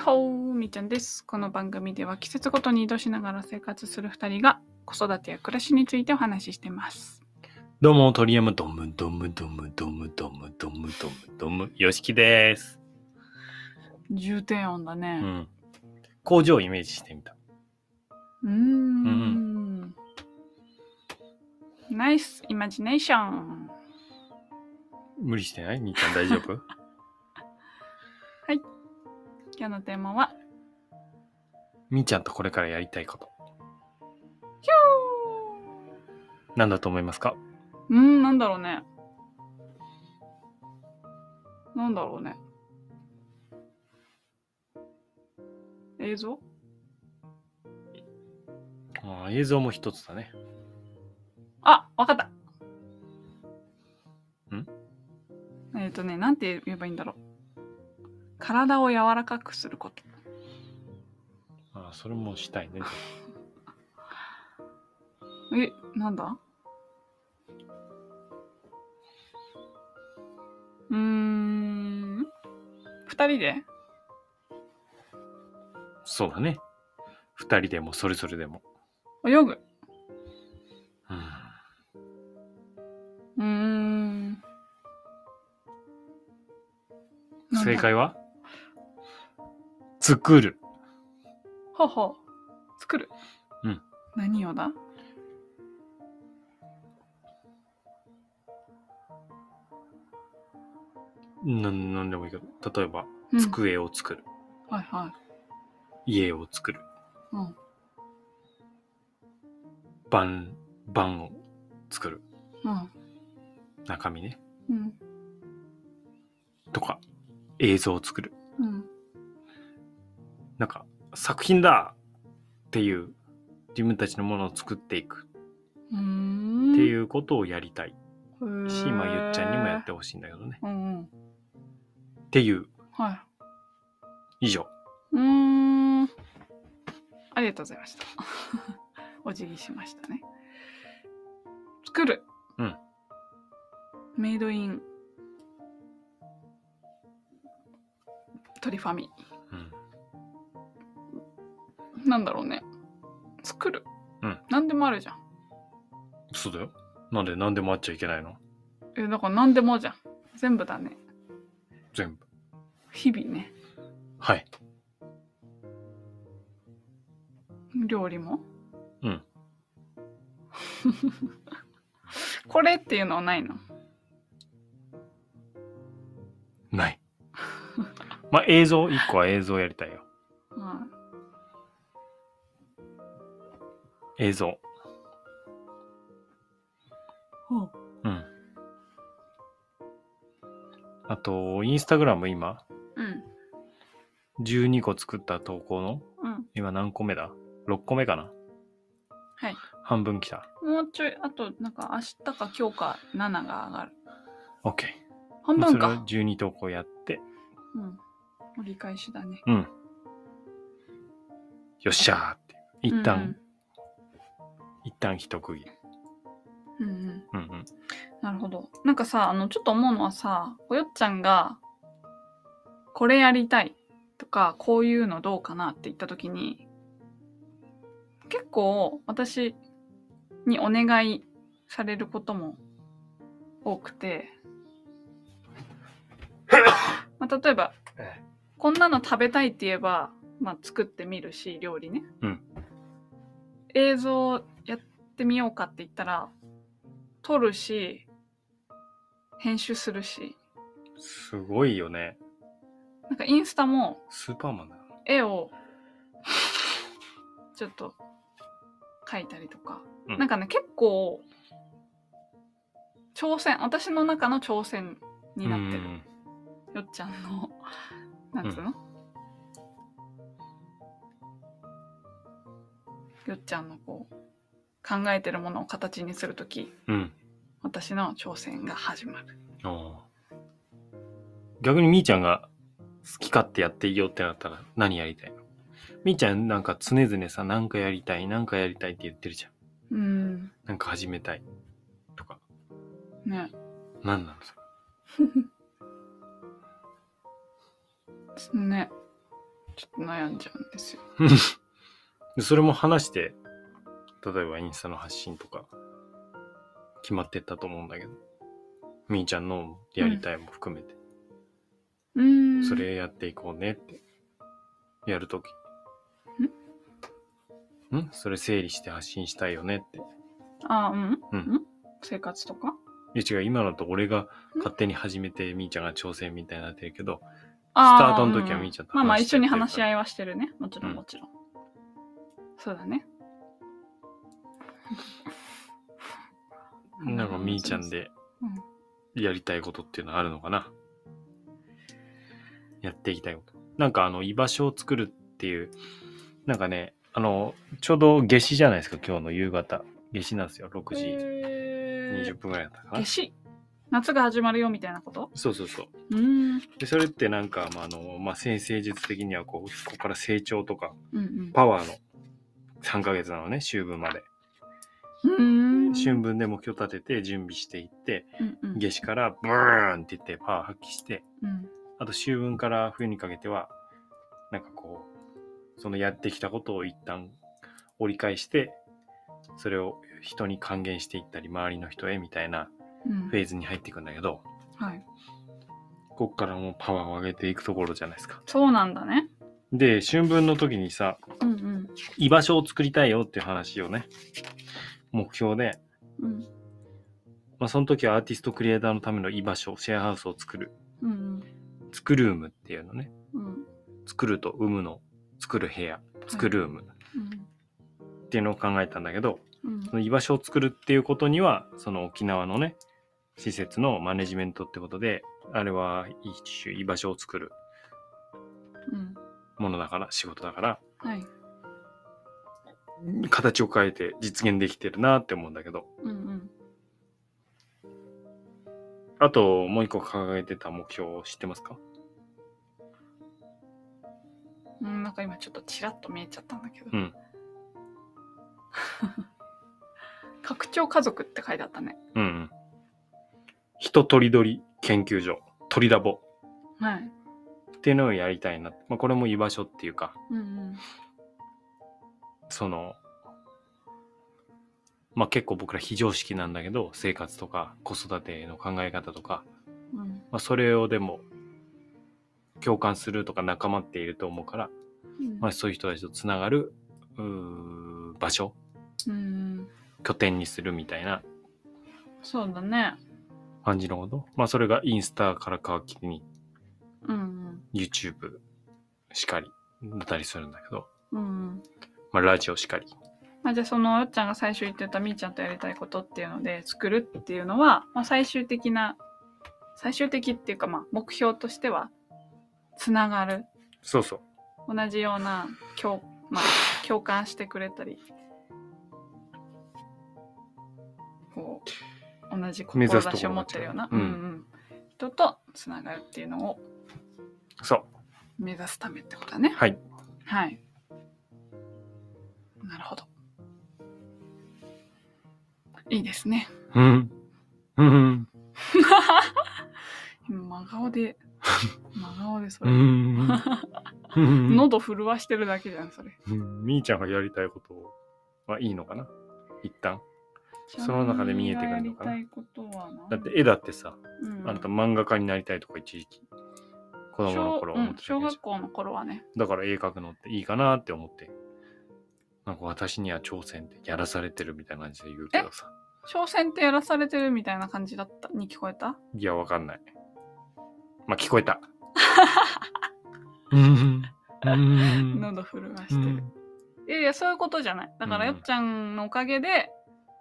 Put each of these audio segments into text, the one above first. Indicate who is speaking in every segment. Speaker 1: ほーみーちゃんです。この番組では季節ごとに移動しながら生活する2人が子育てや暮らしについてお話ししてます。
Speaker 2: どうも、鳥山ドムドムドムドムドムドムドムドム、よしきです。
Speaker 1: 重低音だ
Speaker 2: う
Speaker 1: ね。
Speaker 2: ん。工場をイメージしてみた。
Speaker 1: うーん。ナイスイマジネーション。
Speaker 2: 無理してないみーちゃん大丈夫
Speaker 1: 今日のテーマは、
Speaker 2: みーちゃんとこれからやりたいこと。
Speaker 1: キ
Speaker 2: なんだと思いますか
Speaker 1: ューうーん、なんだろうね。なんだろうね。映像
Speaker 2: あー映像も一つだね。
Speaker 1: あ、わかった。
Speaker 2: ん
Speaker 1: えっ、とね、なんて言えばいいんだろう。体を柔らかくすること。
Speaker 2: あーそれもしたいね。
Speaker 1: え、なんだうーん。二人で
Speaker 2: そうだね。二人でもそれぞれでも。
Speaker 1: 泳ぐ。
Speaker 2: うん。
Speaker 1: うーん。なんだ
Speaker 2: 正。解は作る。
Speaker 1: ほうほう。作る。
Speaker 2: うん。
Speaker 1: 何をだ
Speaker 2: なんなんでもいいけど。例えば、
Speaker 1: うん
Speaker 2: 机を作る。
Speaker 1: はいはい。
Speaker 2: 家を作る。
Speaker 1: うん。
Speaker 2: 盤、盤を作る。
Speaker 1: うん。
Speaker 2: 中身ね。
Speaker 1: うん。
Speaker 2: とか、映像を作る。
Speaker 1: うん。
Speaker 2: なんか、作品だっていう、自分たちのものを作っていく
Speaker 1: うーん。。
Speaker 2: っていううことをやりたいし、今ゆっちゃんにもやってほしいんだけどね。
Speaker 1: うんうん。
Speaker 2: っていう、
Speaker 1: はい。
Speaker 2: 以上。
Speaker 1: うーん。ありがとうございました。 お辞儀しましたね。作る。
Speaker 2: うん。
Speaker 1: メイドイン。鳥ファミ。
Speaker 2: うん。
Speaker 1: なんだろうね。作る。
Speaker 2: うん。
Speaker 1: 何でもあるじゃん。
Speaker 2: そうだよ。なんで何でもあっちゃいけないの
Speaker 1: え、だから何でもじゃん。全部だね。
Speaker 2: 全部。
Speaker 1: 日々ね。
Speaker 2: はい。
Speaker 1: 料理も
Speaker 2: うん。
Speaker 1: これっていうのはないの
Speaker 2: ない。まあ、映像、一個は映像やりたいよ。
Speaker 1: うん。
Speaker 2: 映像。
Speaker 1: ほう
Speaker 2: うん。あと、インスタグラム今、
Speaker 1: うん。
Speaker 2: 12個作った投稿の、
Speaker 1: うん。
Speaker 2: 今何個目だ ?6 個目かな
Speaker 1: はい。
Speaker 2: 半分来た。
Speaker 1: もうちょい、あと、なんか明日か今日か7が上がる。
Speaker 2: OK。
Speaker 1: 半
Speaker 2: まあそ
Speaker 1: 分
Speaker 2: れを
Speaker 1: か。
Speaker 2: 12投稿やって、
Speaker 1: うん。折り返しだね。
Speaker 2: うん。よっしゃーって。一旦、一旦一区切り。
Speaker 1: うんうん。うんうん。
Speaker 2: うんうん。
Speaker 1: なるほど。なんかさ、あの、ちょっと思うのはさ、およっちゃんが、これやりたいとか、こういうのどうかなって言ったときに、結構私にお願いされることも多くて、まあ、例えば、こんなの食べたいって言えば、まあ、作ってみるし、料理ね。
Speaker 2: うん
Speaker 1: 映像やってみようかって言ったら、撮るし、編集するし、
Speaker 2: すごいよね。
Speaker 1: なんかインスタも
Speaker 2: スーパーマンだよ。
Speaker 1: 絵を、ちょっと、描いたりとか。
Speaker 2: うん
Speaker 1: なんかね、結構、挑戦、私の中の挑戦になってる。
Speaker 2: うん
Speaker 1: よっちゃんの、なんつうの、よっちゃんのこう、考えてるものを形にするとき、
Speaker 2: うん。
Speaker 1: 私の挑戦が始まる。
Speaker 2: あー逆にみーちゃんが好き勝手やっていいよってなったら何やりたいのみーちゃんなんか常々さ、なんかやりたい、なんかやりたいって言ってるじゃん。
Speaker 1: うん。
Speaker 2: なんか始めたい。とか。
Speaker 1: ね。
Speaker 2: 何なのそ
Speaker 1: ね。ちょっと悩んじゃうんですよ。
Speaker 2: でそれも話して、例えばインスタの発信とか、決まってったと思うんだけど、みーちゃんのやりたいも含めて、
Speaker 1: うーん。
Speaker 2: それやっていこうねって、やるとき。んそれ整理して発信したいよねって。
Speaker 1: あうん、
Speaker 2: うん
Speaker 1: 生活とか
Speaker 2: いや違う、今のと俺が勝手に始めて、みーちゃんが挑戦みたいになってるけど、
Speaker 1: あ
Speaker 2: スタートの時はみーちゃんと話して
Speaker 1: まあまあ一緒に話し合
Speaker 2: い
Speaker 1: いはしてるね。もちろ
Speaker 2: うん
Speaker 1: んもちろん。そうだね。
Speaker 2: なんかみーちゃんで
Speaker 1: うん
Speaker 2: やりたいことっていうのはあるのかな、やっていきたいこと。なんかあの居場所を作るっていう、なんかね、あの、ちょうど夏至じゃないですか、今日の夕方。夏至なんですよ、6時
Speaker 1: へ
Speaker 2: 20
Speaker 1: ー
Speaker 2: 分ぐらいだったかな
Speaker 1: 夏。至夏が始まるよみたいなこと
Speaker 2: そうそうそう。
Speaker 1: うーん。
Speaker 2: で、それってなんか、まあ、あの、まあ、先生術的にはこう、ここから成長とか、
Speaker 1: うんうん。
Speaker 2: パワーの3ヶ月なのね、秋分まで。
Speaker 1: うーん。
Speaker 2: 春分で目標立てて準備していって、
Speaker 1: うんうん
Speaker 2: 夏至からブーンっていってパワー発揮して、
Speaker 1: うん
Speaker 2: あと秋分から冬にかけては、なんかこう、そのやってきたことを一旦折り返して、それを人に還元していったり、周りの人へみたいな
Speaker 1: うん
Speaker 2: フェーズに入っていくんだけど、
Speaker 1: はい。
Speaker 2: こっからもうパワーを上げていくところじゃないですか。
Speaker 1: そうなんだね。
Speaker 2: で、春分の時にさ、
Speaker 1: うんうん
Speaker 2: 居場所を作りたいよっていう話をね、目標で、
Speaker 1: うん
Speaker 2: まあその時はアーティストクリエイターのための居場所、シェアハウスを作る、
Speaker 1: うん
Speaker 2: 作るームっていうのね、
Speaker 1: うんうん
Speaker 2: 作ると生むの、作る部屋、作るームっていうのを考えたんだけど、
Speaker 1: うん
Speaker 2: その居場所を作るっていうことにはその沖縄のね施設のマネジメントってことであれは一種居場所を作る
Speaker 1: うん
Speaker 2: ものだから仕事だから
Speaker 1: はい。
Speaker 2: 形を変えて実現できてるなって思うんだけど
Speaker 1: うんうん
Speaker 2: あともう一個掲げてた目標知ってますか
Speaker 1: うん、なんか今ちょっとちらっと見えちゃったんだけど、
Speaker 2: うん
Speaker 1: 拡張家族って書いてあったね
Speaker 2: うんうん人とりどり研究所鳥ラボ
Speaker 1: はい
Speaker 2: っていうのをやりたいな、まあ、これも居場所っていうか
Speaker 1: うんうん
Speaker 2: そのまあ結構僕ら非常識なんだけど生活とか子育ての考え方とか
Speaker 1: うん
Speaker 2: まあ、それをでも共感するとか仲間っていると思うから、
Speaker 1: うん
Speaker 2: まあ、そういう人たちとつながるうー場所
Speaker 1: うん
Speaker 2: 拠点にするみたいな
Speaker 1: そうだね
Speaker 2: 感じのこと、まあ、それがインスタから皮切りに
Speaker 1: うん
Speaker 2: YouTube しかりだったりするんだけど、
Speaker 1: うんうん
Speaker 2: まあ、ラジオしかり
Speaker 1: まあ、じゃあそのよっちゃんが最初言ってたみーちゃんとやりたいことっていうので作るっていうのは、まあ、最終的な最終的っていうかまあ目標としてはつながる
Speaker 2: そうそう
Speaker 1: 同じような共,、まあ、共感してくれたりこう同じ
Speaker 2: 目指すところが違う
Speaker 1: 志を持ってるような
Speaker 2: うん
Speaker 1: うんうん人とつながるっていうのを
Speaker 2: そう
Speaker 1: 目指すためってことだね。
Speaker 2: はい
Speaker 1: はい。なるほど。いいですね。
Speaker 2: うんうん
Speaker 1: 今真顔 で真顔でそ
Speaker 2: うんう
Speaker 1: れ。
Speaker 2: ん うん
Speaker 1: 喉震わしてるだけじゃんそれ。
Speaker 2: うんみーちゃんがやりたいことはいいのかな一旦その中で見えてくるのかな
Speaker 1: ちゃんがやりたいことはな
Speaker 2: だって絵だってさ
Speaker 1: うん
Speaker 2: あなた漫画家になりたいとか一時期子供の頃
Speaker 1: 小う
Speaker 2: 思っ
Speaker 1: ん
Speaker 2: てた
Speaker 1: 小
Speaker 2: わけじ
Speaker 1: 学校の頃はね
Speaker 2: ゃんだから絵描くのっていいかなって思ってなんか私には挑戦ってやらされてるみたいな感じで言うけどさ
Speaker 1: 挑戦ってやらされてるみたいな感じだったに聞こえた
Speaker 2: いやわかんないまあ聞こえたうんうん
Speaker 1: 喉震わし
Speaker 2: う
Speaker 1: てる、
Speaker 2: ん
Speaker 1: いやいやそういうことじゃないだから
Speaker 2: うん
Speaker 1: よっちゃんのおかげで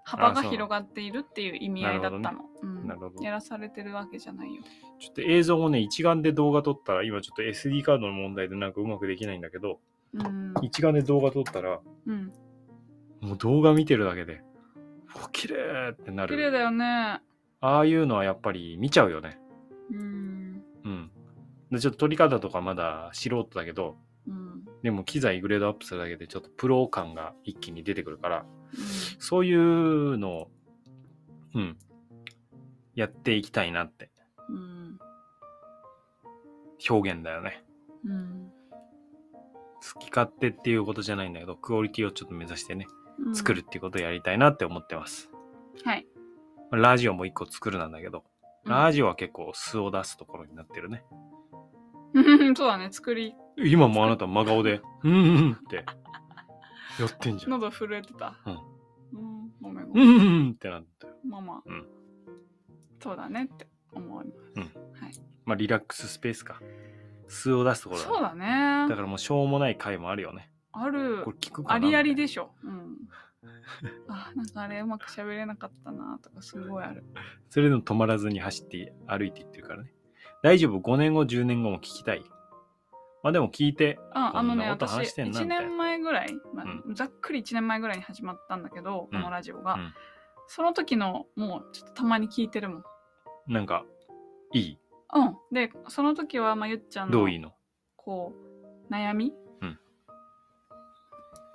Speaker 1: 幅
Speaker 2: あ
Speaker 1: が
Speaker 2: そう
Speaker 1: 広がっているっていう意味合いだった
Speaker 2: なる
Speaker 1: の、うん
Speaker 2: なるほど
Speaker 1: やらされてるわけじゃないよ
Speaker 2: ちょっと映像をね一眼で動画撮ったら今ちょっと SD カードの問題でなんかうまくできないんだけど
Speaker 1: うん、
Speaker 2: 一眼で動画撮ったら
Speaker 1: うん、
Speaker 2: もう動画見てるだけでお綺麗ってな
Speaker 1: 綺麗
Speaker 2: る
Speaker 1: だよね
Speaker 2: ああいうのはやっぱり見ちゃうよね
Speaker 1: うん
Speaker 2: うん。で、ちょっと撮り方とかまだ素人だけど、
Speaker 1: うんうん
Speaker 2: でも機材グレードアップするだけでちょっとプロ感が一気に出てくるから、そういうのを、うん、やっていきたいなって
Speaker 1: うん
Speaker 2: 表現だよね。
Speaker 1: うん
Speaker 2: 好き勝手っていうことじゃないんだけど、クオリティをちょっと目指してね、
Speaker 1: うん
Speaker 2: 作るっていうことをやりたいなって思ってます。
Speaker 1: はい、
Speaker 2: まあラジオも一個作るなんだけど、
Speaker 1: うん
Speaker 2: ラジオは結構素を出すところになってるね。
Speaker 1: うん そうだね作り
Speaker 2: 今もあなた真顔で、うんうんうんって、やってんじゃん。
Speaker 1: 喉震えてたうん、ごめんご
Speaker 2: う
Speaker 1: め
Speaker 2: ん
Speaker 1: ん、
Speaker 2: うんうんってなったよ。
Speaker 1: まあまあ、
Speaker 2: うん
Speaker 1: そうだねって思います、
Speaker 2: うん
Speaker 1: はい、
Speaker 2: まあリラックススペースか。素を出すところだね
Speaker 1: そうだね
Speaker 2: だからもうしょうもない回もあるよね。
Speaker 1: ある
Speaker 2: これ聞くかな
Speaker 1: ありありで
Speaker 2: ょ。
Speaker 1: しょ、 うん、あなんかあれうまく喋れなかったなとかすごいある
Speaker 2: それでも止まらずに走って歩いていってるからね。大丈夫 ?5 年後、10年後も聞きたい。まあでも聞いて、
Speaker 1: ああのね
Speaker 2: こんなこと話
Speaker 1: 私
Speaker 2: してんな
Speaker 1: 1
Speaker 2: みたいな
Speaker 1: 年前ぐらい、まあ
Speaker 2: う
Speaker 1: ざっくり1年前ぐらいに始まったんだけど、
Speaker 2: うん
Speaker 1: このラジオが、
Speaker 2: うん
Speaker 1: その時のもうちょっとたまに聞いてるもん
Speaker 2: なんか、いい
Speaker 1: うんでその時は、まあ、ゆっちゃん
Speaker 2: ど
Speaker 1: の
Speaker 2: ういいの
Speaker 1: こう悩み、
Speaker 2: うん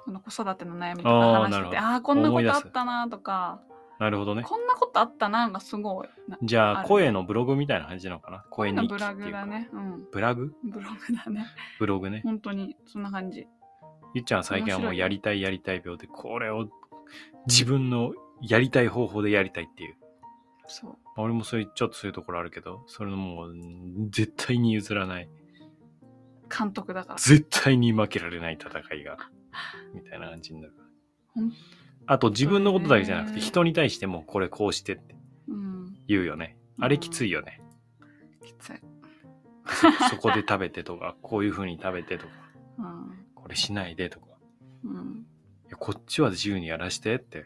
Speaker 1: この子育ての悩みとか
Speaker 2: あー
Speaker 1: 話
Speaker 2: なる
Speaker 1: し
Speaker 2: ほ
Speaker 1: てて
Speaker 2: ど
Speaker 1: ああーこんな
Speaker 2: 思
Speaker 1: こ
Speaker 2: い出
Speaker 1: と
Speaker 2: す
Speaker 1: あったなとか、
Speaker 2: なるほどね。
Speaker 1: こんなことあったながすごいな
Speaker 2: じゃ
Speaker 1: あ
Speaker 2: あ、
Speaker 1: る
Speaker 2: 声のブログみたいな感じなのかな声日記
Speaker 1: ブ
Speaker 2: ってい
Speaker 1: ラ
Speaker 2: う
Speaker 1: グ
Speaker 2: か。
Speaker 1: だねうん
Speaker 2: ブラグ
Speaker 1: ブログだ ね
Speaker 2: ブログね。
Speaker 1: 本当にそんな感じ
Speaker 2: ゆっちゃんは最近はも
Speaker 1: 面白
Speaker 2: う
Speaker 1: い
Speaker 2: やりたいやりたい病で、これを自分のやりたい方法でやりたいっていう。
Speaker 1: そう
Speaker 2: まあ俺もそういう、ちょっとそういうところあるけど、それのもう、うん絶対に譲らない。
Speaker 1: 監督だから
Speaker 2: 絶対に負けられない戦 いが、みたいな感じになる
Speaker 1: ほん。
Speaker 2: あと自分のことだけじゃなくて
Speaker 1: ね
Speaker 2: 人に対してもこれこうしてって
Speaker 1: うん
Speaker 2: 言うよね。あれきついよね。
Speaker 1: きつい、
Speaker 2: そこで食べてと か、こういう風に食べてとか、
Speaker 1: うん
Speaker 2: これしないでとか。
Speaker 1: うん
Speaker 2: いやこっちは自由にやらしてって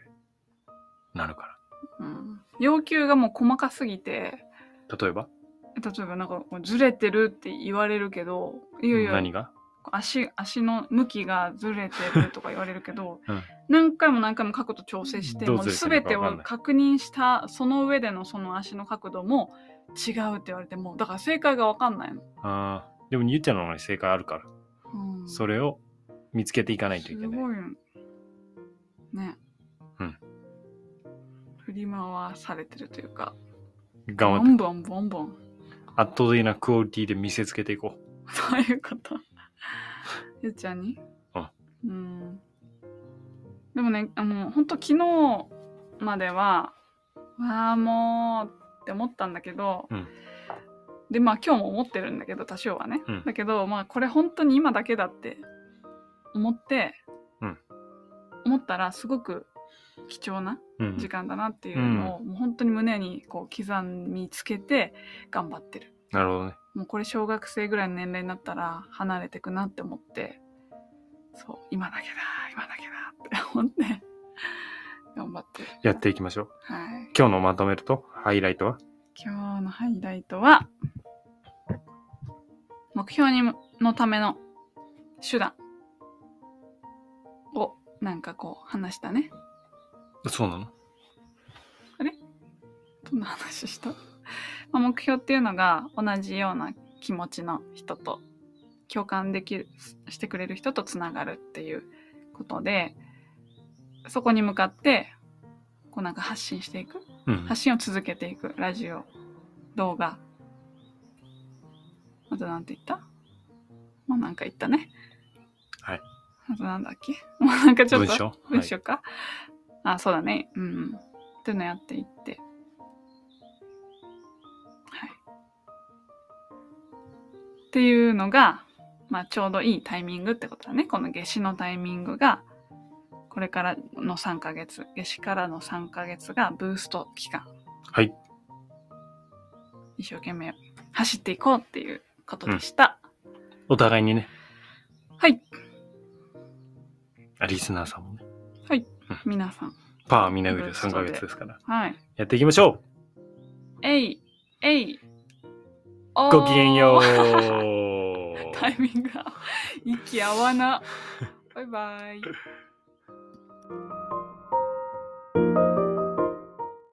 Speaker 2: なるか
Speaker 1: うん、要求がもう細かすぎて
Speaker 2: ら。例えば
Speaker 1: 例えばなんかこうずれてるって言われるけどいやいや
Speaker 2: 何が
Speaker 1: 足足の向きがずれてるとか言われるけど、
Speaker 2: うん
Speaker 1: 何回も何回も角度調整して
Speaker 2: どう
Speaker 1: もう
Speaker 2: ずれて
Speaker 1: 全て
Speaker 2: るのかわかん
Speaker 1: を
Speaker 2: ない
Speaker 1: 確認したその上でのその足の角度も違うって言われてもうだから正解が分かんないの。
Speaker 2: ああ、でもゆっちゃんの方に正解あるから、
Speaker 1: うん、
Speaker 2: それを見つけていかないといけ
Speaker 1: す
Speaker 2: ない。
Speaker 1: ごいよね。
Speaker 2: うん
Speaker 1: 振り回されてるというか
Speaker 2: 頑
Speaker 1: ボ
Speaker 2: 張って
Speaker 1: ンボンボンボン。
Speaker 2: 圧倒的なクオリティで見せつけていこう。
Speaker 1: そういう こと。ゆうちゃんに
Speaker 2: あ
Speaker 1: うん。でもね、あの、本当昨日までは、わあ、もうって思ったんだけど、
Speaker 2: うん
Speaker 1: で、まあ今日も思ってるんだけど、多少はね。
Speaker 2: うん
Speaker 1: だけど、まあこれ本当に今だけだって思って、
Speaker 2: うん
Speaker 1: 思ったらすごく貴重な
Speaker 2: うん
Speaker 1: 時間だなっていうのを、もう本当に胸にこう刻みつけて頑張ってる。
Speaker 2: なるほどね。
Speaker 1: もうこれ小学生ぐらいの年齢になったら離れてくなって思ってそう今だけだ今だけだって思って頑張ってる
Speaker 2: やっていきましょう。
Speaker 1: はい
Speaker 2: 今日のまとめると、ハイライトは
Speaker 1: 今日のハイライトは目標にのための手段をなんかこう話したね
Speaker 2: そうなの
Speaker 1: どんな話した、 まあ、目標っていうのが同じような気持ちの人と共感できるしてくれる人とつながるっていうことでそこに向かってこうなんか発信していく
Speaker 2: うん。
Speaker 1: 発信を続けていくラジオ動画あとなんて言ったもうなんか言ったね
Speaker 2: はい
Speaker 1: あとなんだっけもうなんかちょっ
Speaker 2: 文
Speaker 1: と
Speaker 2: 章
Speaker 1: どう
Speaker 2: はい
Speaker 1: しようか、あそうだねうんうんっていうのやっていってはいっていうのが、まあ、ちょうどいいタイミングってことだねこの夏至のタイミングがこれからの3ヶ月夏至からの3ヶ月がブースト期間
Speaker 2: はい
Speaker 1: 一生懸命走っていこうっていうことでした、
Speaker 2: お互いにね、
Speaker 1: はい
Speaker 2: リスナーさんもね、
Speaker 1: 皆さん
Speaker 2: パワーみなぐで3ヶ月ですから、
Speaker 1: はい
Speaker 2: やっていきましょ
Speaker 1: えいえいうおー
Speaker 2: ごきげ んよう
Speaker 1: タイミングが息合わな。バイバイ。